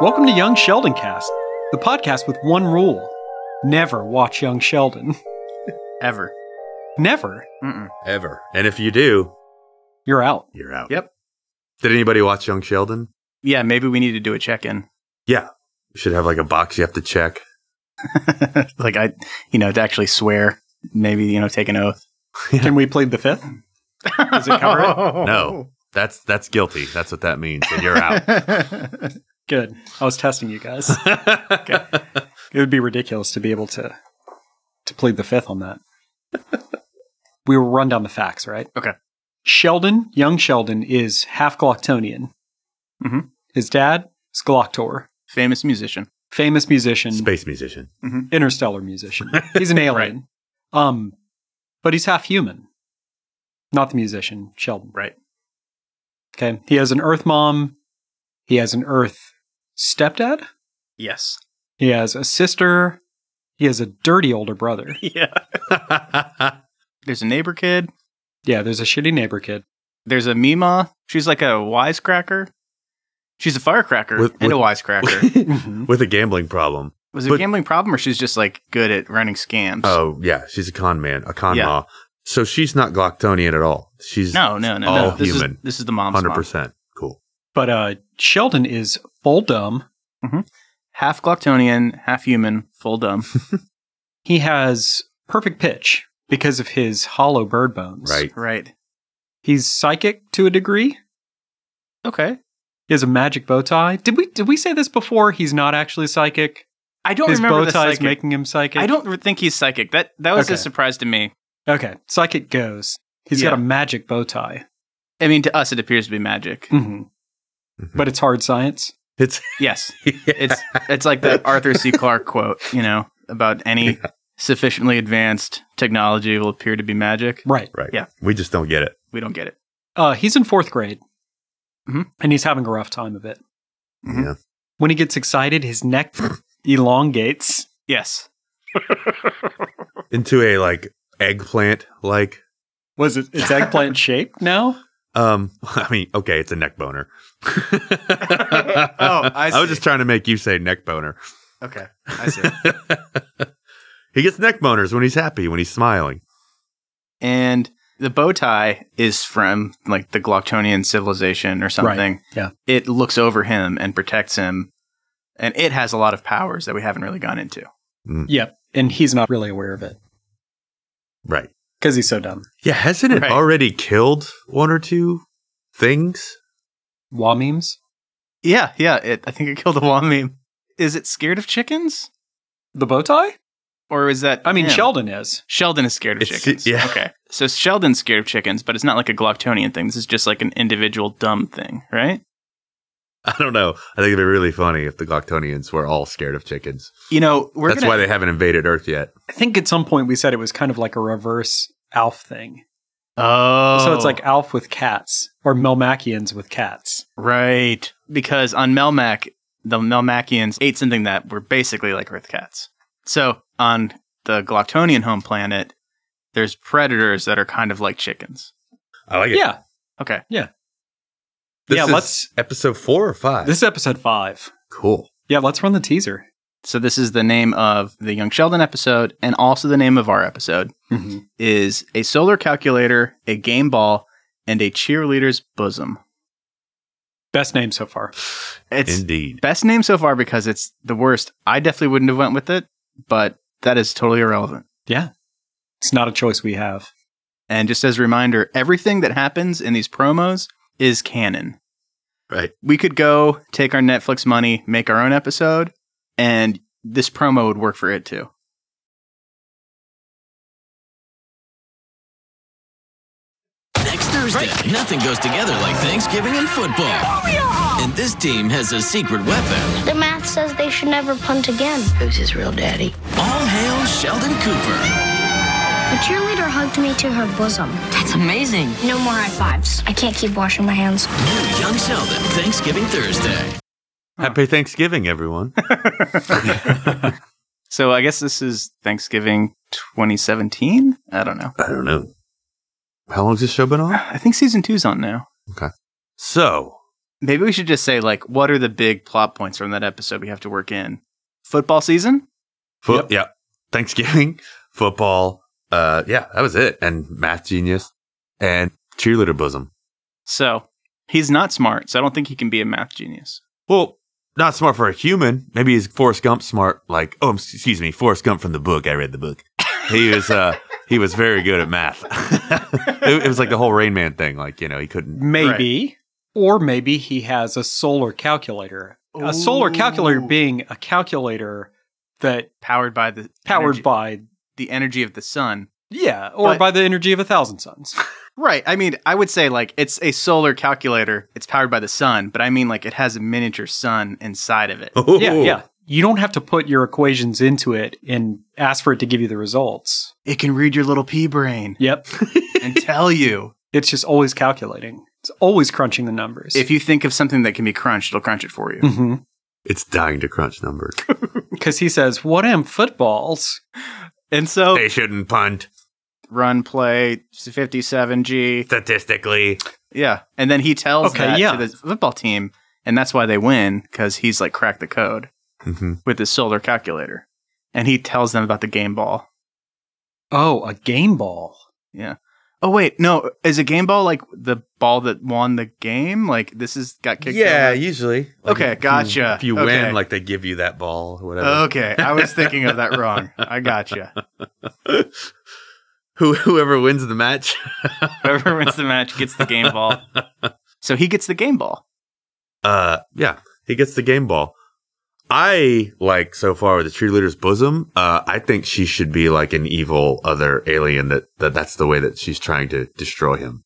Welcome to Young Sheldon Cast, the podcast with one rule never watch Young Sheldon. Ever. Never. Mm-mm. ever. And if you do, You're out. you're out. Yep. Did anybody watch Young Sheldon? Yeah, maybe we need to do a check in. You should have like a box you have to check. like, I, you know, to actually swear, maybe, you know, take an oath. Can we plead the fifth? Does it cover it? No. That's that's guilty. That's what that means. And you're out. it? Good. I was testing you guys. It would be ridiculous to be able to to plead the fifth on that. we will run down the facts, right? Okay. Sheldon, young Sheldon, is half Galactonian. Mhm. His dad is Galactor, Famous musician. famous musician, Space musician. interstellar musician. He's an alien. Um, but he's half human. Not the musician, Sheldon. Right. Okay. He has an Earth mom. He has an Earth stepdad. Yes. He has a sister. He has a dirty older brother. Yeah. There's a neighbor kid. Yeah, there's a shitty neighbor kid. There's a Mima. She's like a wisecracker. She's a firecracker With- and a wisecracker. Mhm. With a gambling problem. Was it a But- gambling problem or she's just like good at running scams? Oh yeah, she's a con man, a con Yeah. ma. So she's not Gloctonian at all. She's no, no, no. all no. This human. Is, this is the mom's hundred 100%. percent cool. But uh, Sheldon is full dumb. Half Gloctonian, half human, full dumb. He has perfect pitch because of his hollow bird bones. Right. right. He's psychic to a degree. Okay. He has a magic bow tie. Did we did we say this before? He's not actually psychic. I don't His remember bow the tie is psychic. making him psychic. I don't re- think he's psychic. That that was Okay. a surprise to me. Okay, psychic goes. He's got Yeah. a magic bow tie. I mean, to us, it appears to be magic. Mhm. Mhm. But it's hard science. It's yes, it's it's it's like that Arthur C. Clarke quote, you know, about any sufficiently advanced technology will appear to be magic. Right. right. yeah. We just don't get it. We don't get it. Uh, he's in fourth grade, Mhm. and he's having a rough time of it. Mhm. Yeah. When he gets excited, his neck elongates. Yes, Into a like eggplant like Was it? It's eggplant shaped now. Um, I mean, okay, it's a neck boner. oh, I, was see. just trying to make you say neck boner. Okay, I see. he gets neck boners when he's happy, when he's smiling. and the bow tie is from like the Gloctonian civilization or something. yeah. it looks over him and protects him, and it has a lot of powers that we haven't really gone into. Yep. And he's not really aware of it Right. because he's so dumb. Yeah, hasn't it Right. already killed one or two things? Wah memes. Yeah, yeah. It, I think it killed a wall meme. Is it scared of chickens? The bow tie? Or is that I mean, him? Sheldon is. Sheldon is scared of It's- chickens. yeah. Okay. So Sheldon's scared of chickens, but it's not like a Gloctonian thing. This is just like an individual dumb thing, right? I don't know. I think it'd be really funny if the Gloctonians were all scared of chickens. You know, we're That's gonna, why they haven't invaded Earth yet. I think at some point we said it was kind of like a reverse Alf thing. Oh, So it's like Alf with cats or Melmacians with cats. right because on Melmac, the Melmacians ate something that were basically like Earth cats. So on the Gloctonian home planet, there's predators that are kind of like chickens. I like it. Yeah. Okay. This yeah, is let's- episode four or five. This is episode five. cool. Yeah, let's run the teaser. So this is the name of the Young Sheldon episode, and also the name of our episode. is a solar calculator, a game ball, and a cheerleader's bosom. Best name so far. It's Indeed. best name so far because it's the worst. I definitely wouldn't have went with it, but that is totally irrelevant. It's not a choice we have. And just as a reminder, everything that happens in these promos is canon. Right. We could go take our Netflix money, make our own episode, and this promo would work for it too. Next Thursday, nothing goes together like Thanksgiving and football. And this team has a secret weapon. The math says they should never punt again. Who's his real daddy? All hail Sheldon Cooper. The cheerleader hugged me to her bosom. That's amazing. No more high fives. I can't keep washing my hands. New Young Sheldon, Thanksgiving Thursday. Happy Thanksgiving, everyone. So I guess this is Thanksgiving 2017. I don't know. I don't know. How long's this show been on? I think season two's on now. So Maybe we should just say like, what are the big plot points from that episode we have to work in? Football season. Foot, yeah. Thanksgiving, football. Uh, yeah, that was it. And math genius and cheerleader bosom. So he's not smart, so I don't think he can be a math genius. Well, not smart for a human. Maybe he's Forrest Gump smart. Like, oh, excuse me, Forrest Gump from the book. I read the book. He was, uh, he was very good at math. it, it was like the whole Rain Man thing. Like, you know, he couldn't. Maybe. Or maybe he has a solar calculator. A solar calculator Ooh. being a calculator that Powered by the powered energy- by the energy of the sun. yeah, or But- by the energy of a thousand suns. Right. I mean, I would say like it's a solar calculator. It's powered by the sun, but I mean like it has a miniature sun inside of it. Oh. yeah, yeah. You don't have to put your equations into it and ask for it to give you the results. It can read your little pea brain Yep. and tell you it's just always calculating. It's always crunching the numbers. if you think of something that can be crunched, it'll crunch it for you. mm-hmm. It's dying to crunch numbers. Because he says, "What am footballs?" And so they shouldn't punt run play 57G. statistically. Yeah. And then he tells Okay, that yeah. to the football team, and that's why they win because he's like cracked the code Mhm. with his solar calculator. And he tells them about the game ball. Oh, a game ball. Yeah. Oh wait, no, is a game ball like the ball that won the game? Like this is got kicked. over? usually. Okay, if you- gotcha. If you Okay. win, like they give you that ball, or whatever. Okay, I was thinking of that wrong. I gotcha. Who, whoever wins the match. Whoever wins the match gets the game ball. So he gets the game ball. uh yeah he gets the game ball i like so far with the cheerleader's bosom uh i think she should be like an evil other alien that, that that's the way that she's trying to destroy him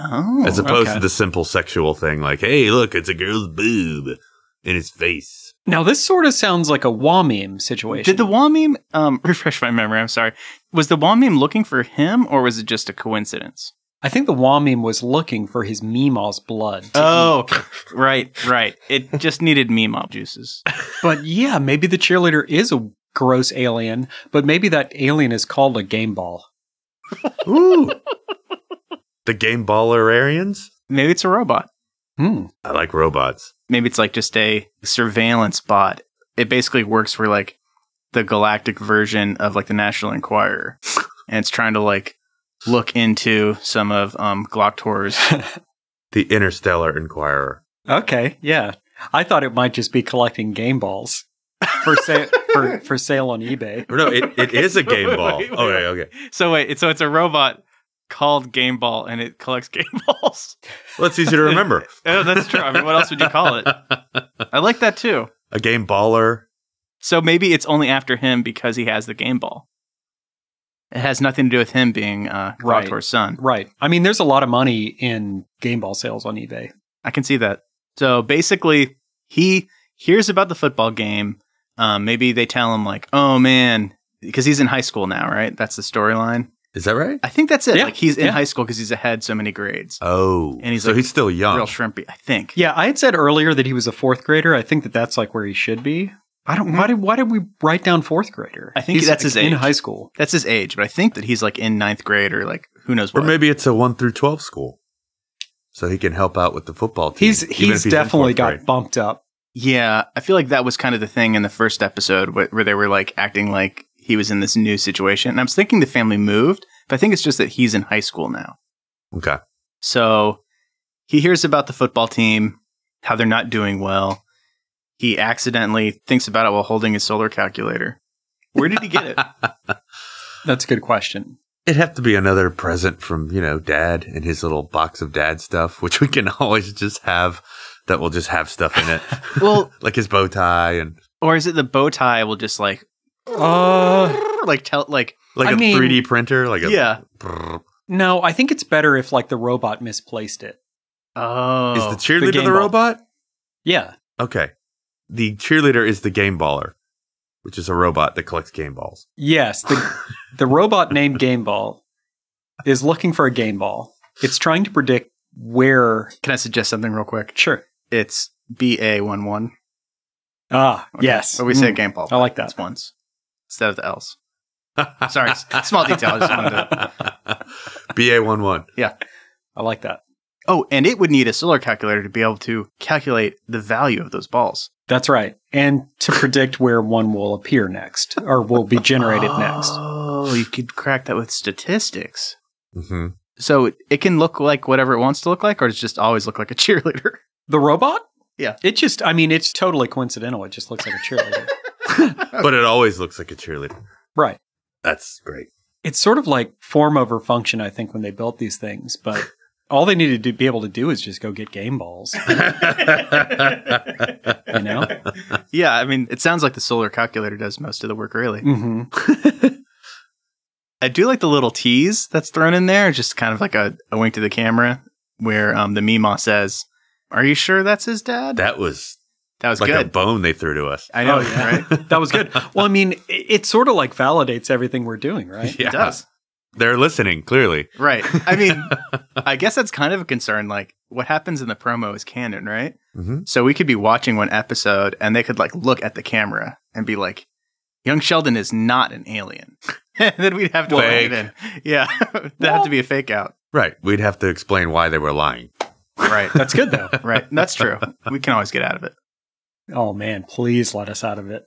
Oh, as opposed okay. to the simple sexual thing like hey look it's a girl's boob in his face Now this sort of sounds like a Wamim situation. Did the wall meme um, refresh my memory? I'm sorry. Was the wall meme looking for him, or was it just a coincidence? I think the Wamim was looking for his Meemaw's blood. Oh, okay. right, right. It just needed meme op juices. but yeah, maybe the cheerleader is a gross alien, but maybe that alien is called a game ball. ooh the game ballerians Maybe it's a robot. Hmm. i like robots Maybe it's like just a surveillance bot. It basically works for like the galactic version of like the National Enquirer, and it's trying to like look into some of um, Glocktor's. the interstellar inquirer Okay, yeah. I thought it might just be collecting game balls for sale for, for sale on eBay. or no it, it is a game Wait, ball wait, wait. okay okay So wait, it's- so it's a robot called Game Ball, and it collects game balls. well it's easy to remember Oh, that's true. I mean, what else would you call it? I like that too. a game baller So maybe it's only after him because he has the game ball. It has nothing to do with him being uh, Right. Glocktor's son. Right. I mean, there's a lot of money in game ball sales on eBay. I can see that. So basically, he hears about the football game. Um, maybe they tell him like, "Oh man," because he's in high school now, right? That's the storyline. is that right I think that's it. Yeah. Like he's in Yeah. high school because he's ahead so many grades. Oh, And he's so like, he's still young. Real shrimpy, I think. Yeah, I had said earlier that he was a fourth grader. I think that that's like where he should be. I don't. Hmm. Why did Why did we write down fourth grader? I think He's, that's his like, in age. high school. That's his age, but I think that he's like in ninth grade or like who knows or what. maybe it's a one through twelve school, so he can help out with the football team. He's even if he's in definitely fourth got grade. bumped up. Yeah, I feel like that was kind of the thing in the first episode where, where they were like acting like he was in this new situation. And I was thinking the family moved, but I think it's just that he's in high school now. Okay, So he hears about the football team, how they're not doing well. He accidentally thinks about it while holding his solar calculator. Where did he get it? That's a good question. it'd have to be another present from you know Dad and his little box of Dad stuff, which we can always just have. That will just have stuff in it. Well- like his bow tie and or is it the bow tie will just like Uh, like tell like like I a mean- 3D printer. Like a yeah. Brrr. no, I think it's better if like the robot misplaced it. Oh. is the cheerleader the, game ball. robot? Yeah, Okay, the cheerleader is the game baller, which is a robot that collects game balls. yes. The the robot named Game Ball is looking for a game ball. It's trying to predict where. Can I suggest something real quick? Sure. It's BA11. Ah, Okay. yes. But we say Mm. game ball. I like that. That's once instead of the L's. Sorry, s- small detail. I just wanted to. BA11. I like that. Oh, and it would need a solar calculator to be able to calculate the value of those balls. That's right. And to predict where one will appear next or will be generated next. Oh, you could crack that with statistics. Mm-hmm. So it, it can look like whatever it wants to look like, or it's just always look like a cheerleader. The robot? Yeah. It just, I mean, it's totally coincidental. It just looks like a cheerleader. But it always looks like a cheerleader. right. That's great. It's sort of like form over function, I think, when they built these things. But all they needed to be able to do is just go get game balls, you know? yeah, I mean, it sounds like the solar calculator does most of the work, really. hmm I do like the little tease that's thrown in there, just kind of like a, a wink to the camera, where um, the Mima says, "Are you sure that's his dad?" that was That was like a good. bone they threw to us. I know, Oh, yeah. right? That was good. Well, I mean, it, it sort of like validates everything we're doing, right? Yeah. It does. They're listening, clearly. Right. I mean, I guess that's kind of a concern. Like, what happens in the promo is canon, right? Mm-hmm. So we could be watching one episode and they could like look at the camera and be like, Young Sheldon is not an alien. and then we'd have to wait Fake. in. Yeah. That'd have to be a fake out. Right. We'd have to explain why they were lying. Right. That's good, though. right. That's true. We can always get out of it. Oh, man, please let us out of it.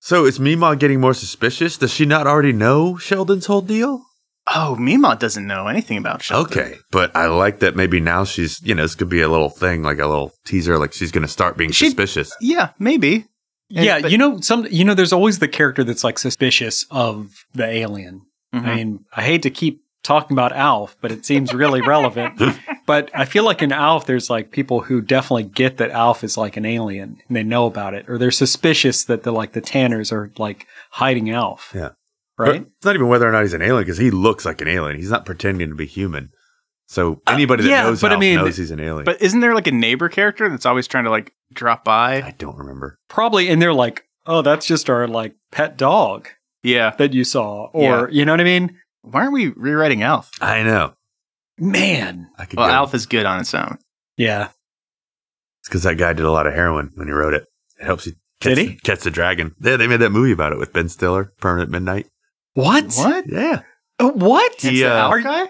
So is Meemaw getting more suspicious? Does she not already know Sheldon's whole deal? Oh, Mima doesn't know anything about Sheldon. Okay, but I like that maybe now she's, you know, this could be a little thing, like a little teaser, like she's going to start being She- suspicious. Yeah, maybe. And- yeah, but- you know, some you know, there's always the character that's like suspicious of the alien. I Mhm. mean, I hate to keep talking about Alf, but it seems really relevant. But I feel like in Alf, there's like people who definitely get that Alf is like an alien and they know about it, or they're suspicious that the like the Tanners are like hiding Alf. Yeah. Right. But it's not even whether or not he's an alien because he looks like an alien. He's not pretending to be human. So Uh, anybody that yeah, knows but I Alf mean- knows he's an alien. But isn't there like a neighbor character that's always trying to like drop by? I don't remember. Probably, and they're like, oh, that's just our like pet dog Yeah. that you saw, or you know what I mean? Why aren't we rewriting Alf? I know. Man. I could Well, go. Alf is good on its own. Yeah. It's because that guy did a lot of heroin when he wrote it. It helps you. Catch Did he? The, catch the dragon. Yeah, they made that movie about it with Ben Stiller, Permanent Midnight. What? What? Yeah, Uh, What? He, uh, Are- Alf guy?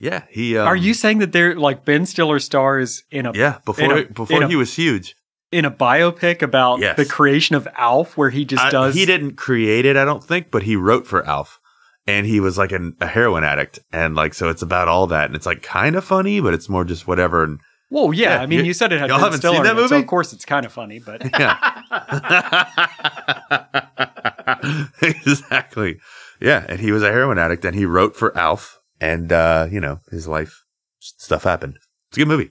yeah. He um, Are you saying that they're like Ben Stiller stars in a Yeah, In before a- before in a- he was huge. in a biopic about Yes. the creation of Alf, where he just I- does? He didn't create it, I don't think, but he wrote for Alf, and he was like an, a heroin addict, and like so it's about all that, and it's like kind of funny, but it's more just whatever. And Well, yeah, Yeah, I mean, you- you, said it had y'all Ben haven't Stiller, seen in that it, so movie? of course it's kind of funny, but yeah, exactly. Yeah, and he was a heroin addict, and he wrote for Alf, and uh, you know his life stuff happened. It's a good movie,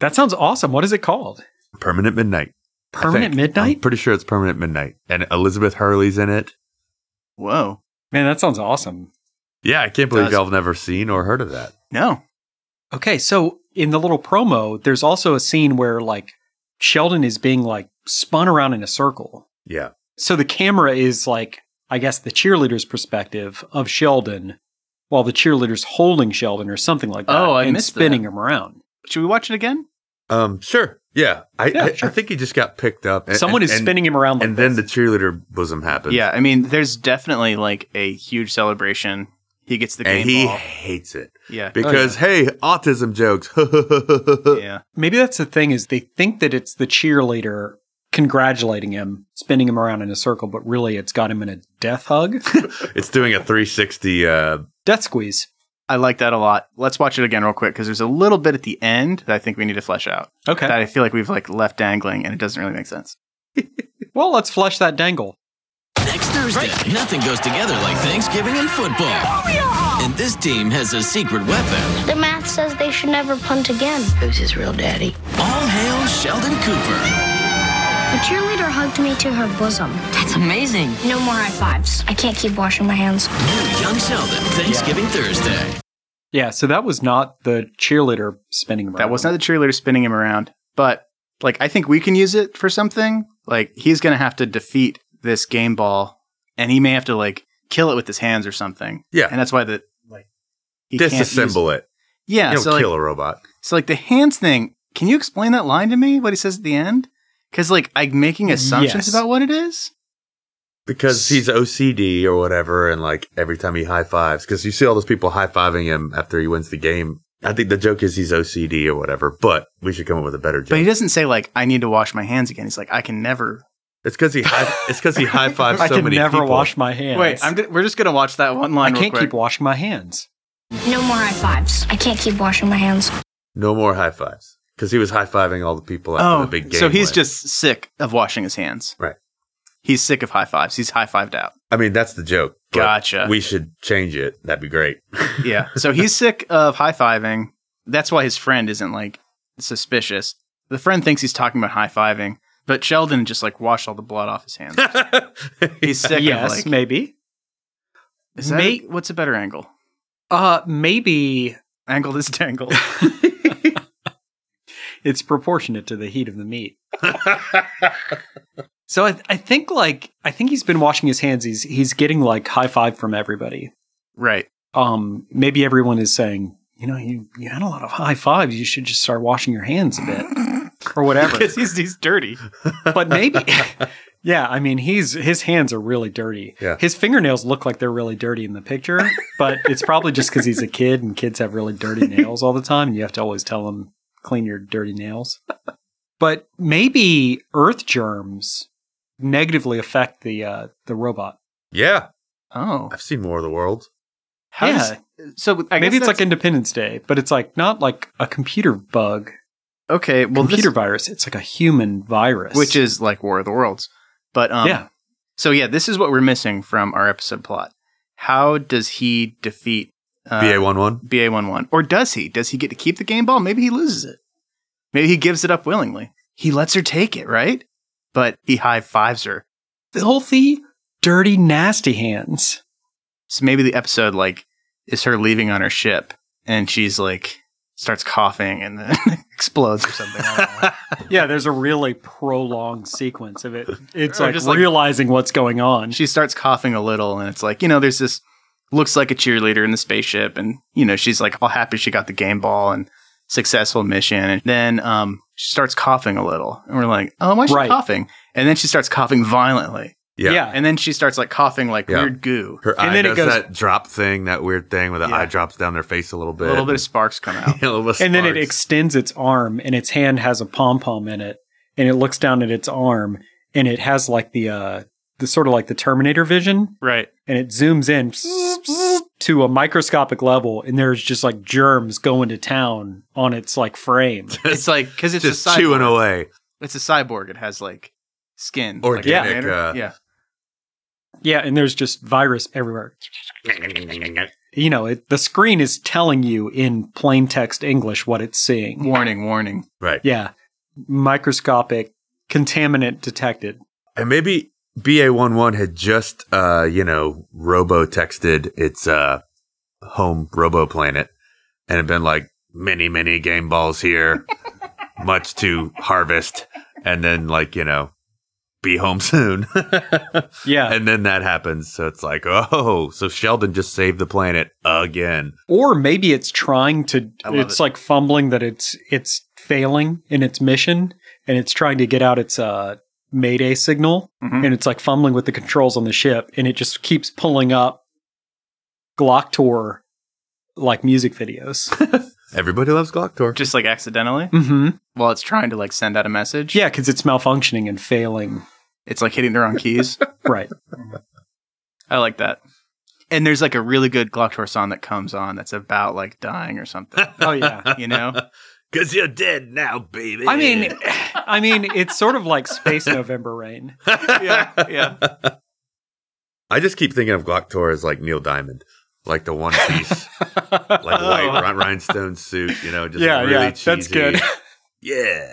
that sounds awesome. What is it called? Permanent Midnight. I Permanent think. Midnight? I'm pretty sure it's Permanent Midnight, and Elizabeth Hurley's in it. Whoa. Man, that sounds awesome. Yeah, I can't believe Does- y'all have never seen or heard of that. No. Okay, so in the little promo, there's also a scene where like Sheldon is being like spun around in a circle. Yeah. So the camera is like, I guess, the cheerleader's perspective of Sheldon, while the cheerleader's holding Sheldon or something like that. Oh, I and missed that. spinning him around. Should we watch it again? Um, sure. Yeah, I, Yeah, I, sure. I think he just got picked up. and- Someone and- is and- spinning him around. Like and then this. the cheerleader bosom happens. Yeah, I mean, there's definitely like a huge celebration. He gets the game and Oh, he ball. hates it Yeah, because hey, autism jokes. yeah, maybe that's the thing is they think that it's the cheerleader congratulating him, spinning him around in a circle, but really it's got him in a death hug, It's doing a 360. Uh, death squeeze. I like that a lot. Let's watch it again real quick because there's a little bit at the end that I think we need to flesh out. Okay. That I feel like we've like left dangling and it doesn't really make sense. well, let's flush that dangle. Next Thursday, nothing goes together like Thanksgiving and football. And this team has a secret weapon. The math says they should never punt again. Who's his real daddy? All hail Sheldon Cooper. The cheerleader hugged me to her bosom. That's amazing. No more high fives. I can't keep washing my hands. New Young Sheldon, Thanksgiving Thursday. Yeah, so that was not the cheerleader spinning him around. That was not the cheerleader spinning him around, but like I think we can use it for something. Like he's gonna have to defeat this game ball, and he may have to like kill it with his hands or something. Yeah. and that's why the like he can't use- disassemble it. Yeah, you don't so like, kill a robot. So like the hands thing, can you explain that line to me? What he says at the end? Because like I'm making assumptions Yes. about what it is. because he's OCD or whatever, and like every time he high fives, because you see all those people high fiving him after he wins the game. I think the joke is he's OCD or whatever, but we should come up with a better joke. But he doesn't say like I need to wash my hands again. He's like I can never. it's because he high, it's because he high fives so I can many never people. wash my hands. Wait, I'm ju- we're just gonna watch that one I line. real can't quick. keep washing my hands. No more high fives. I can't keep washing my hands. no more high fives because he was high fiving all the people Oh, after the big game. so he's win. just sick of washing his hands. Right. He's sick of high fives. He's high fived out. I mean, that's the joke. but Gotcha. We should change it. That'd be great. Yeah. So he's sick of high fiving. That's why his friend isn't like suspicious. The friend thinks he's talking about high fiving, but Sheldon just like washed all the blood off his hands. He's sick yes, of like. maybe. Is that mate- what's a better angle? Uh, maybe Angle is tangled. it's proportionate to the heat of the meat. so I, I think like I think he's been washing his hands. He's he's getting like high five from everybody. right. Um, maybe everyone is saying, you know, you you had a lot of high fives. You should just start washing your hands a bit or whatever. Because he's he's dirty. but maybe yeah i mean he's his hands are really dirty Yeah. his fingernails look like they're really dirty in the picture but it's probably just because he's a kid and kids have really dirty nails all the time and you have to always tell them clean your dirty nails but maybe earth germs negatively affect the uh, the robot yeah, Oh. I've seen more of the world. How yeah does- so I maybe guess it's like that's- independence day but it's like not like a computer bug okay. Well, computer this, virus it's like a human virus which is like War of the Worlds, but um, yeah So yeah, this is what we're missing from our episode plot. How does he defeat uh, BA one one. BA one one, or does he? Does he get to keep the game ball? Maybe he loses it. Maybe he gives it up willingly. He lets her take it, right? But he high fives her. filthy dirty nasty hands So maybe the episode like is her leaving on her ship, and she's like starts coughing and then explodes or something. I don't know. Yeah, there's a really prolonged sequence of it. It's Or like just like- realizing what's going on. she starts coughing a little and it's like you know there's this looks like a cheerleader in the spaceship and you know she's like all happy she got the game ball and successful mission and then um she starts coughing a little and we're like oh why is she Right. coughing and then she starts coughing violently Yeah. and then she starts like coughing like Yeah. weird goo Her And eye then it does goes- that drop thing, that weird thing where the Yeah. eye drops down their face a little a bit. little bit of sparks come out Yeah, a little bit of and then it sparks. extends its arm, and its hand has a pom pom in it, and it looks down at its arm, and it has like the uh, the sort of like the Terminator vision, right and it zooms in to a microscopic level, and there's just like germs going to town on its like frame. it's like because it's just a cyborg. chewing away. it's a cyborg it has like skin like Organic, a uh, yeah Yeah, and there's just virus everywhere. You know, it, the screen is telling you in plain text English what it's seeing. warning warning Right. Yeah. Microscopic contaminant detected. And maybe BA11 had just, uh, you know, robo texted its uh, home robo planet and had been like, many, many game balls here, much to harvest. And then, like, you know, be home soon. Yeah. and then that happens. So it's like, oh, so Sheldon just saved the planet again. or maybe it's trying to I love it's it. like fumbling that it's it's failing in its mission and it's trying to get out its uh mayday signal Mhm. and it's like fumbling with the controls on the ship and it just keeps pulling up Glock tour like music videos. Everybody loves Glocktor. just like accidentally mhm. while it's trying to like send out a message Yeah, cuz it's malfunctioning and failing. it's like hitting the wrong keys Right. I like that. And there's like a really good Glocktor song that comes on that's about like dying or something, Oh yeah. you know? Because you're dead now, baby. I mean I mean it's sort of like Space November Rain. yeah, yeah. I just keep thinking of Glocktor as like Neil Diamond, like the one piece, like white rhin- rhinestone suit, you know, just Yeah, really yeah, cheesy. that's good. yeah.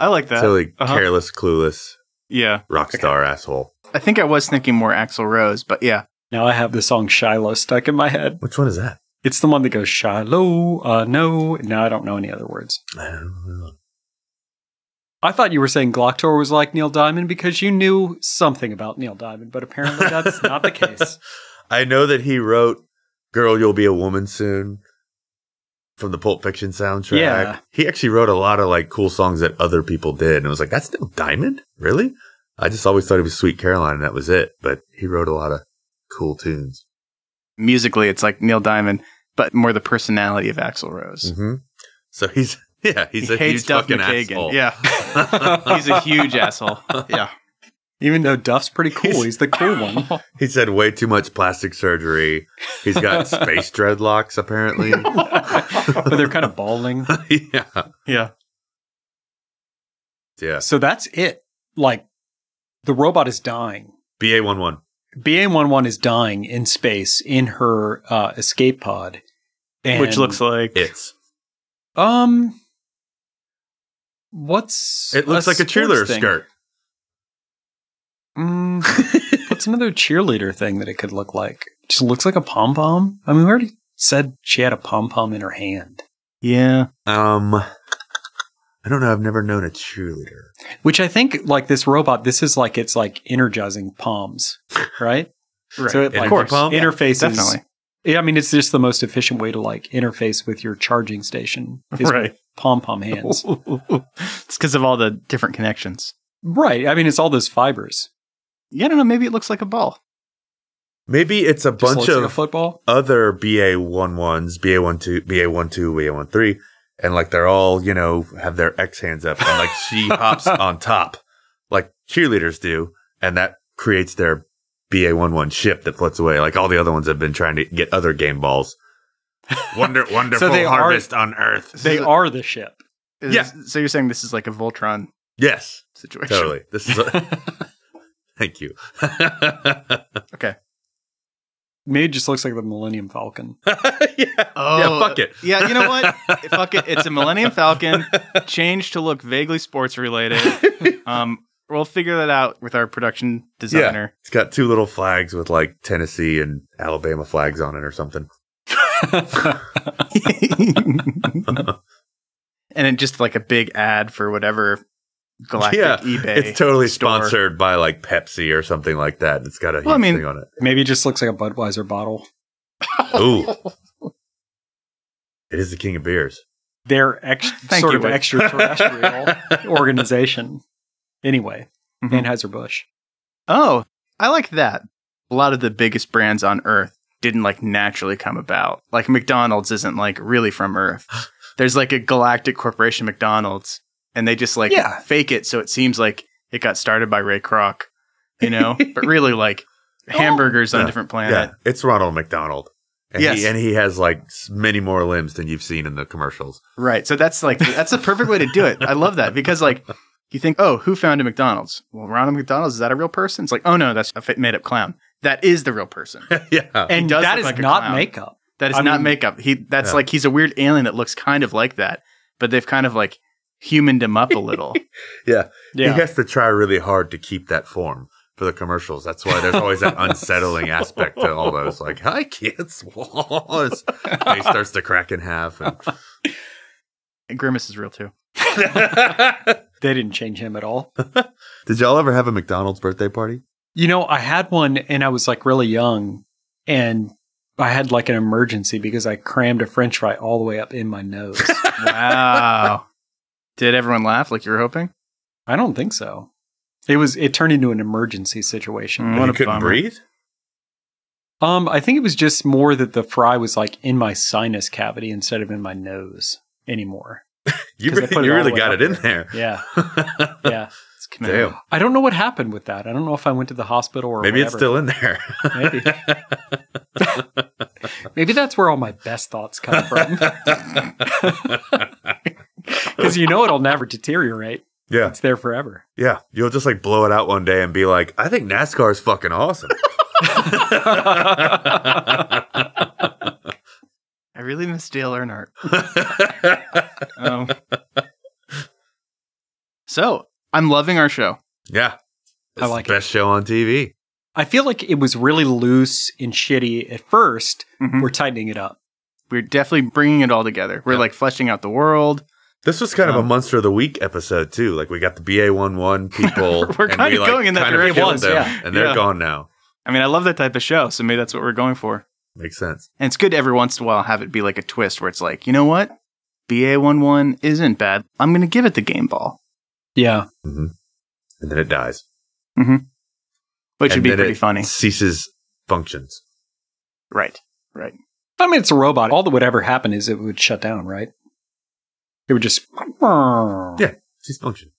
I like that. Totally Uh-huh. careless, clueless, Yeah. rock star asshole. I think I was thinking more Axl Rose, but yeah. Now I have the song Shiloh stuck in my head. Which one is that? It's the one that goes Shiloh, uh, no. Now I don't know any other words. I don't know. I thought you were saying Glocktor was like Neil Diamond because you knew something about Neil Diamond, but apparently that's not the case. I know that he wrote Girl, You'll Be a Woman Soon from the Pulp Fiction soundtrack. Yeah. He actually wrote a lot of like cool songs that other people did. And it was like, that's Neil Diamond? Really? I just always thought he was Sweet Caroline, and that was it. But he wrote a lot of cool tunes. Musically, it's like Neil Diamond, but more the personality of Axl Rose. Mm-hmm. So he's yeah, he's he a hates huge Duff fucking McKagan. asshole. Yeah, he's a huge asshole. Yeah, Even though Duff's pretty cool, he's, He's- the cool one. He's had way too much plastic surgery. He's got space dreadlocks apparently. but they're kind of balding. yeah, yeah. yeah. So that's it. Like the robot is dying. BA one one. BA11 is dying in space in her uh, escape pod. And, Which looks like It's um what's it looks like a sports cheerleader thing? skirt. Mm, what's another cheerleader thing that it could look like? Just looks like a pom pom. I mean, we already said she had a pom pom in her hand, yeah. Um, I don't know. I've never known a cheerleader. which I think like this robot. This is like it's like energizing palms, right? Right. So it Of like course. interfaces. Definitely. Yeah, I mean, it's just the most efficient way to like interface with your charging station. Is Right. Pom pom hands. it's because of all the different connections. right. I mean, it's all those fibers. Yeah, I don't know. Maybe it looks like a ball. Maybe it's a Just bunch looks like a of football. other BA one ones, BA one two, BA one two, BA one three, and like they're all you know have their X hands up, and like she hops on top, like cheerleaders do, and that creates their BA one one ship that floats away. Like all the other ones have been trying to get other game balls. Wonder wonderful they are- harvest on Earth. They are the ship. Is- Yeah. So you're saying this is like a Voltron Yes, situation? totally. This is. A- Thank you. Okay. Maybe it just looks like the Millennium Falcon. yeah. yeah, fuck it. Oh, Yeah, you know what? fuck it. It's a Millennium Falcon changed to look vaguely sports related. Um, we'll figure that out with our production designer. It's got two little flags with like Tennessee and Alabama flags on it or something. and it just like a big ad for whatever galactic Yeah, eBay. it's totally store. sponsored by like Pepsi or something like that. It's got a huge Well, I mean- thing on it. Maybe it just looks like a Budweiser bottle. Ooh. it is the king of beers. They're ex- Thank sort you, of Wade. extraterrestrial organization. Anyway, Mhm. Anheuser Busch. Oh, I like that. A lot of the biggest brands on Earth didn't like naturally come about. Like McDonald's isn't like really from Earth. There's like a galactic corporation McDonald's, and they just like Yeah. fake it so it seems like it got started by Ray Kroc, you know? but really, like hamburgers on Yeah. a different Yeah, planet. it's Ronald McDonald. And, Yes. he, and he has like s- many more limbs than you've seen in the commercials. Right. So that's like that's the perfect way to do it. I love that because like you think, oh, who founded McDonald's? Well, Ronald McDonald's is that a real person? It's like, oh no, that's a made up clown. That is the real person. yeah. And does that look is like a not clown. makeup. That is I not mean- makeup. He that's Yeah. like he's a weird alien that looks kind of like that, but they've kind of like humaned him up a little. yeah. Yeah. He has to try really hard to keep that form for the commercials. That's why there's always that unsettling aspect to all those. Like, hi, kids. His face starts to crack in half. And And Grimace is real too. They didn't change him at all. Did y'all ever have a McDonald's birthday party? You know, I had one and I was like really young and I had like an emergency because I crammed a french fry all the way up in my nose. Wow. Did everyone laugh like you were hoping? I don't think so. It was it turned into an emergency situation. Mm. What you a couldn't bummer. breathe? Um, I think it was just more that the fry was like in my sinus cavity instead of in my nose anymore. You 'Cause they put it really, you all really the way got up it in there. Yeah. Yeah. It's commendable. Damn. I don't know what happened with that. I don't know if I went to the hospital or Maybe it's whatever. still in there. Maybe. Maybe that's where all my best thoughts come from. Because you know it'll never deteriorate. yeah. It's there forever. Yeah. You'll just like blow it out one day and be like, I think NASCAR is fucking awesome. I really miss Dale Earnhardt. um, so I'm loving our show. yeah. It's like it. the best show on TV. I feel like it was really loose and shitty at 1st we Mhm. We're tightening it up. We're definitely bringing it all together. We're like fleshing out the world. This was kind of Um, a monster of the week episode too. Like we got the BA one one people. We're and kind we, of like, going in that kind of direction. killed It was, them, yeah. and they're Yeah. gone now. I mean, I love that type of show, so maybe that's what we're going for. Makes sense. And it's good every once in a while have it be like a twist where it's like, you know what? BA11 isn't bad. I'm going to give it the game ball. Yeah. And then it dies. which would and be then pretty it funny. Ceases functions. Right. Right. I mean, it's a robot. All that would ever happen is it would shut down, right? It would just. oh, Yeah. Cease function.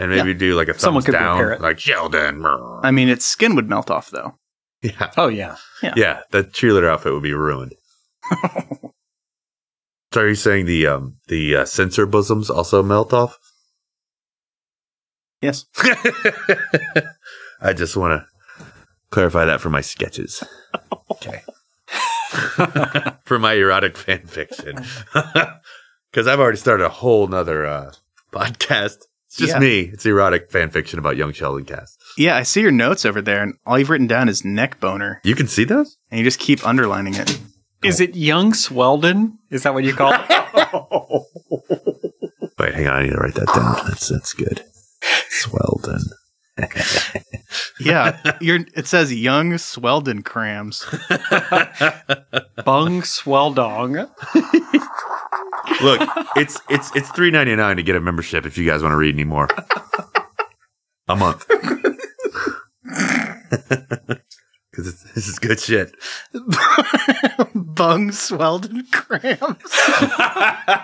And maybe do like a thumbs Someone could repair down, it. like Sheldon. brr. I mean, its skin would melt off though. Yeah, Oh, yeah. yeah. The cheerleader outfit would be ruined. so are you saying the um the uh, sensor bosoms also melt off? Yes. I just want to clarify that for my sketches. Okay. for my erotic fan fiction. Because I've already started a whole nother uh, podcast. It's just Yeah. me. It's erotic fan fiction about young Sheldon Cast. Yeah, I see your notes over there, and all you've written down is neck boner, You can see those? and you just keep underlining it. Is it young Sweldon? Is that what you call it? Wait, hang on. I need to write that down. That's, that's good. Sweldon. Yeah, you're, it says young Sweldon crams. Bung Sweldong. Look, it's it's it's three ninety nine to get a membership if you guys want to read anymore. a month. Because this is good shit. Bung Sweldon crams. Uh,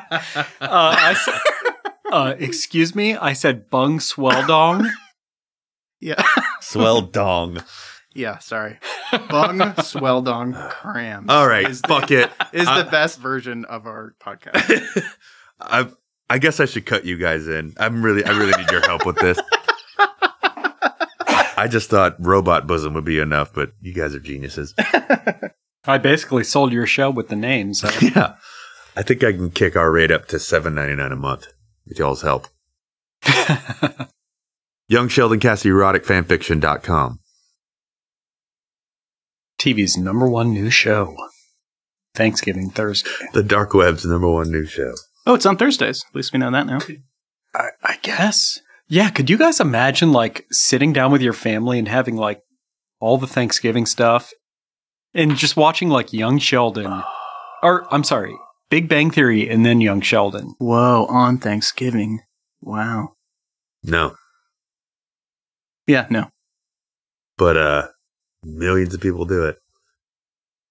I s- uh, excuse me? I said Bung Sweldong? Yeah. Swell dong. Yeah, sorry. Bung Sweldon crams. All right, Is, fuck it. is I- the best version of our podcast. I I guess I should cut you guys in. I'm really I really need your help with this. I just thought robot bosom would be enough, but you guys are geniuses. I basically sold your show with the name, so. yeah, I think I can kick our rate up to seven ninety nine a month with y'all's help. Young Sheldon Cassie erotic fanfiction.com. TV's number one new show. Thanksgiving Thursday. The dark web's number one news show. Oh, it's on Thursdays. At least we know that now. I, I guess. Yeah, could you guys imagine like sitting down with your family and having like all the Thanksgiving stuff and just watching like Young Sheldon or I'm sorry, Big Bang Theory and then Young Sheldon. Whoa, on Thanksgiving. Wow. No, Yeah, no. but uh, millions of people do it.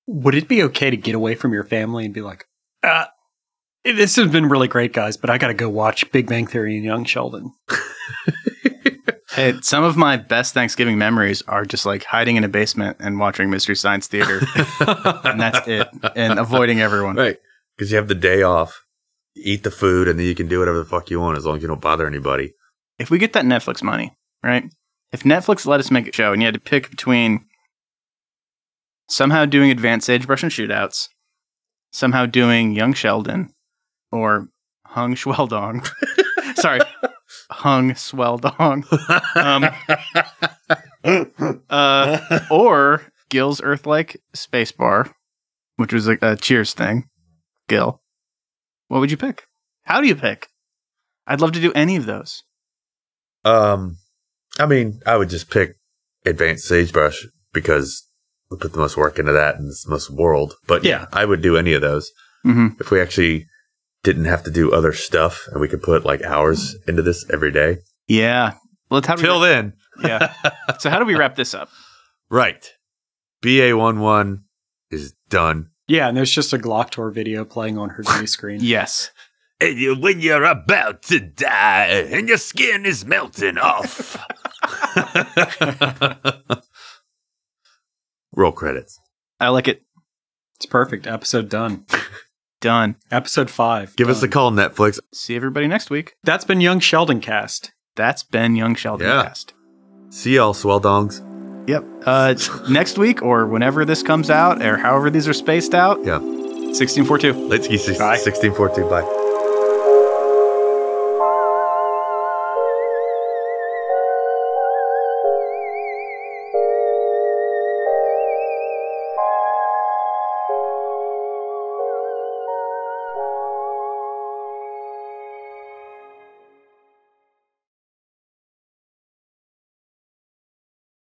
Would it be okay to get away from your family and be like, uh this has been really great guys, but I got to go watch Big Bang Theory and Young Sheldon. Hey, some of my best Thanksgiving memories are just like hiding in a basement and watching Mystery Science Theater, and that's it, and avoiding everyone. Right. Because you have the day off, you eat the food, and then you can do whatever the fuck you want as long as you don't bother anybody. If we get that Netflix money, right? If Netflix let us make a show and you had to pick between somehow doing advanced age Russian shootouts, somehow doing Young Sheldon, or Hung Schweldong. Sorry, Hung Sweldong. Um, uh, or Gil's Earth-like space bar, which was a, a Cheers thing. Gil, what would you pick? How do you pick? I'd love to do any of those. Um, I mean, I would just pick Advanced Sagebrush because we put the most work into that and it's the most world. But Yeah. I would do any of those hmm if we actually didn't have to do other stuff and we could put like hours into this every day. Yeah. Let's how do Till we, then, yeah. So how do we wrap this up? right. BA11 is done. Yeah, and there's just a Glocktor video playing on her TV screen. Yes. And you, when you're about to die and your skin is melting off. Roll credits. I like it. It's perfect. Episode done. Done. Episode 5. Give us a done. call, Netflix. See everybody next week. That's been Young Sheldon cast. That's Ben Young Sheldon Yeah. cast. See y'all, swell dongs. Yep. Uh, next week or whenever this comes out or however these are spaced out. Yeah. 1642. Litsky 1642. Bye.